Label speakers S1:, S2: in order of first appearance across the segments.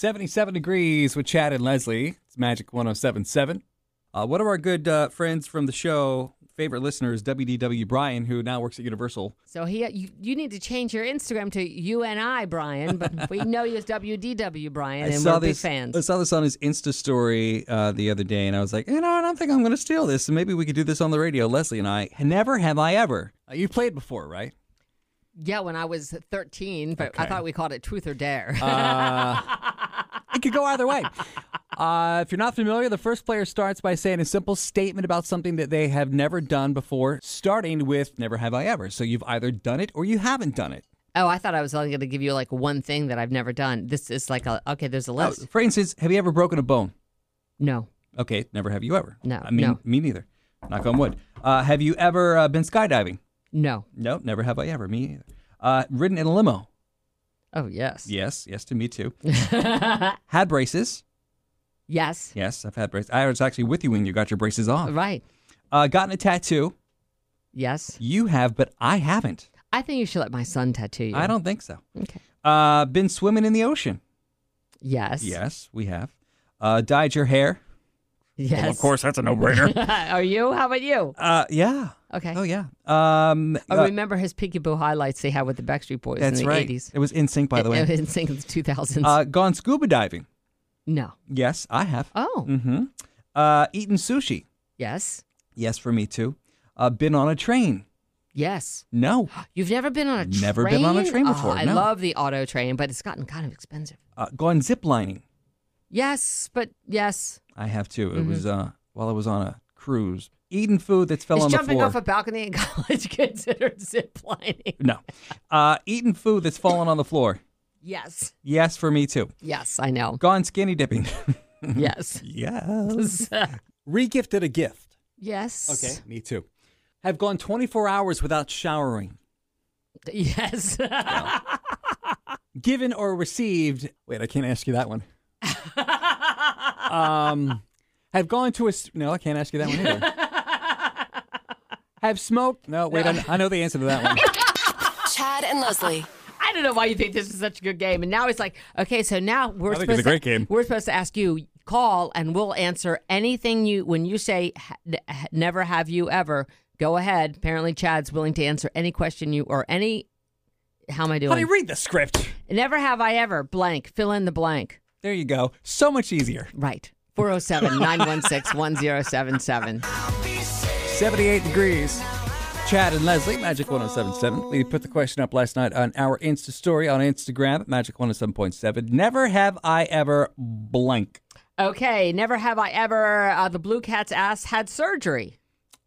S1: 77 degrees with Chad and Leslie. It's Magic 1077. Uh, one of our good uh, friends from the show, favorite listener, is WDW Brian, who now works at Universal.
S2: So he, you, you need to change your Instagram to you and I, Brian. But we know you as WDW Brian, and we're big
S1: this, I
S2: fans.
S1: saw this on his Insta story uh, the other day, and I was like, you know, I don't think I'm going to steal this, and maybe we could do this on the radio. Leslie and I, never have I ever. Uh, you played before, right?
S2: Yeah, when I was 13, but I
S1: Okay. Uh,
S2: thought we called it Truth or Dare.
S1: It could go either way. Uh, if you're not familiar, the first player starts by saying a simple statement about something that they have never done before, starting with never have I ever. So you've either done it or you haven't done it.
S2: oh, I thought I was only going to give you like one thing that I've never done. This is like a okay. There's a
S1: Uh,
S2: list.
S1: for instance, have you ever broken a bone?
S2: No,
S1: Okay, never have you ever.
S2: No,
S1: I mean,
S2: no.
S1: me neither. Knock on wood. Uh, have you ever uh, been skydiving?
S2: no.
S1: No, never have I ever. Me either. Uh, ridden in a limo?
S2: Oh yes,
S1: Yes, yes to me too. had braces?
S2: yes,
S1: Yes, I've had braces. I was actually with you when you got your braces off.
S2: right,
S1: Uh, gotten a tattoo?
S2: yes.
S1: You have, but I haven't.
S2: I think you should let my son tattoo you.
S1: I don't think so.
S2: Okay.
S1: Uh, been swimming in the ocean.
S2: Yes.
S1: Yes, we have. Uh, dyed your hair.
S2: Yes.
S1: that's a no-brainer.
S2: Are you? How about you?
S1: uh, yeah.
S2: Okay.
S1: Oh yeah. Um,
S2: I
S1: uh,
S2: remember his Peeky Boo highlights he had with the Backstreet Boys
S1: that's
S2: in the
S1: right.
S2: 80s.
S1: It was in sync, by the way.
S2: In sync of the 2000s.
S1: Uh, gone scuba diving.
S2: no.
S1: Yes, I have.
S2: Oh,
S1: Mm-hmm. Uh, eaten sushi.
S2: yes.
S1: Yes, for me too. Uh, been on a train.
S2: Yes.
S1: No.
S2: You've never been on a train?
S1: Never been on a train
S2: Oh,
S1: before,
S2: I
S1: no.
S2: love the auto train, but it's gotten kind of expensive.
S1: Uh, gone ziplining.
S2: Yes, but yes.
S1: I have too. It was
S2: Mm-hmm.
S1: uh, while I was on a cruise. Eaten food that's fell
S2: Is
S1: on the
S2: jumping
S1: floor.
S2: off a balcony in college considered zip lining?
S1: no. Uh, eaten food that's fallen on the floor.
S2: Yes.
S1: Yes, for me too.
S2: Yes, I know.
S1: Gone skinny dipping. Mm-hmm.
S2: yes.
S1: yes. Regifted a gift.
S2: yes.
S1: me too. Have gone 24 hours without showering.
S2: Yes.
S1: Given or received. Wait, I can't ask you that one. um, have gone to a. s- No, I can't ask you that one either. have smoked. No, wait, I, I know the answer to that one.
S3: Chad and Leslie.
S2: I don't know why you think this is such a good game. And now it's like, okay, so now we're
S1: I think
S2: supposed
S1: it's a great
S2: to,
S1: game.
S2: We're supposed to ask you call, and we'll answer anything you when you say ha- n- ha- never have you ever. Go ahead. Apparently, Chad's willing to answer any question you or any. How am I doing?
S1: Honey, read the script.
S2: never have I ever blank. Fill in the blank.
S1: There you go. So much easier.
S2: Right. 407 916 1077.
S1: 78 degrees. Chad and Leslie, Magic 1077. We put the question up last night on our Insta story on Instagram at Magic 107.7. Never have I ever blank.
S2: Okay. Never have I ever. Uh, the blue cat's ass had surgery.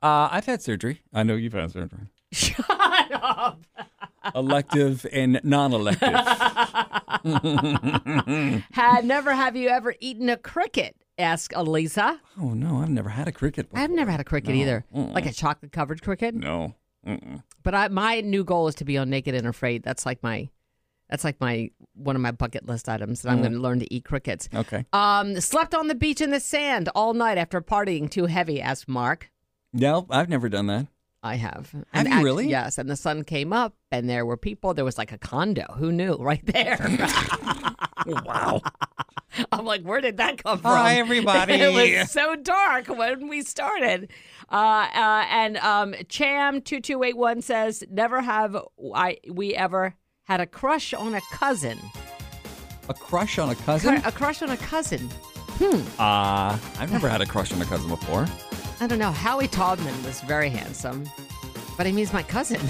S1: Uh, I've had surgery. I know you've had surgery.
S2: Shut up.
S1: Elective and non elective.
S2: Had never have you ever eaten a cricket? Ask Elisa.
S1: oh, no, I've never had a cricket before.
S2: I've never had a cricket either, like a chocolate covered cricket.
S1: No. Mm-mm.
S2: But I, my new goal is to be on Naked and Afraid. That's like my, that's like my one of my bucket list items that I'm
S1: Mm-hmm.
S2: going to learn to eat crickets.
S1: Okay.
S2: Um, slept on the beach in the sand all night after partying too heavy. Asked Mark.
S1: No, I've never done that.
S2: I have.
S1: Have
S2: And
S1: you
S2: act-
S1: really?
S2: Yes. And the sun came up, and there were people. There was like a condo. Who knew? Right there.
S1: Wow.
S2: I'm like, where did that come from?
S1: Hi, everybody.
S2: it was so dark when we started. Uh, uh, and um, Cham two two eight one says, "Never have I we ever had a crush on a cousin.
S1: a crush on a
S2: Cr-
S1: cousin?
S2: A crush on a cousin.
S1: Uh, I've never had a crush on a cousin before.
S2: I don't know. Howie Taubman was very handsome, but I mean, he's my cousin.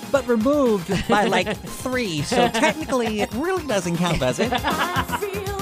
S1: but removed by like three. So technically, it really doesn't count, does it?
S3: I feel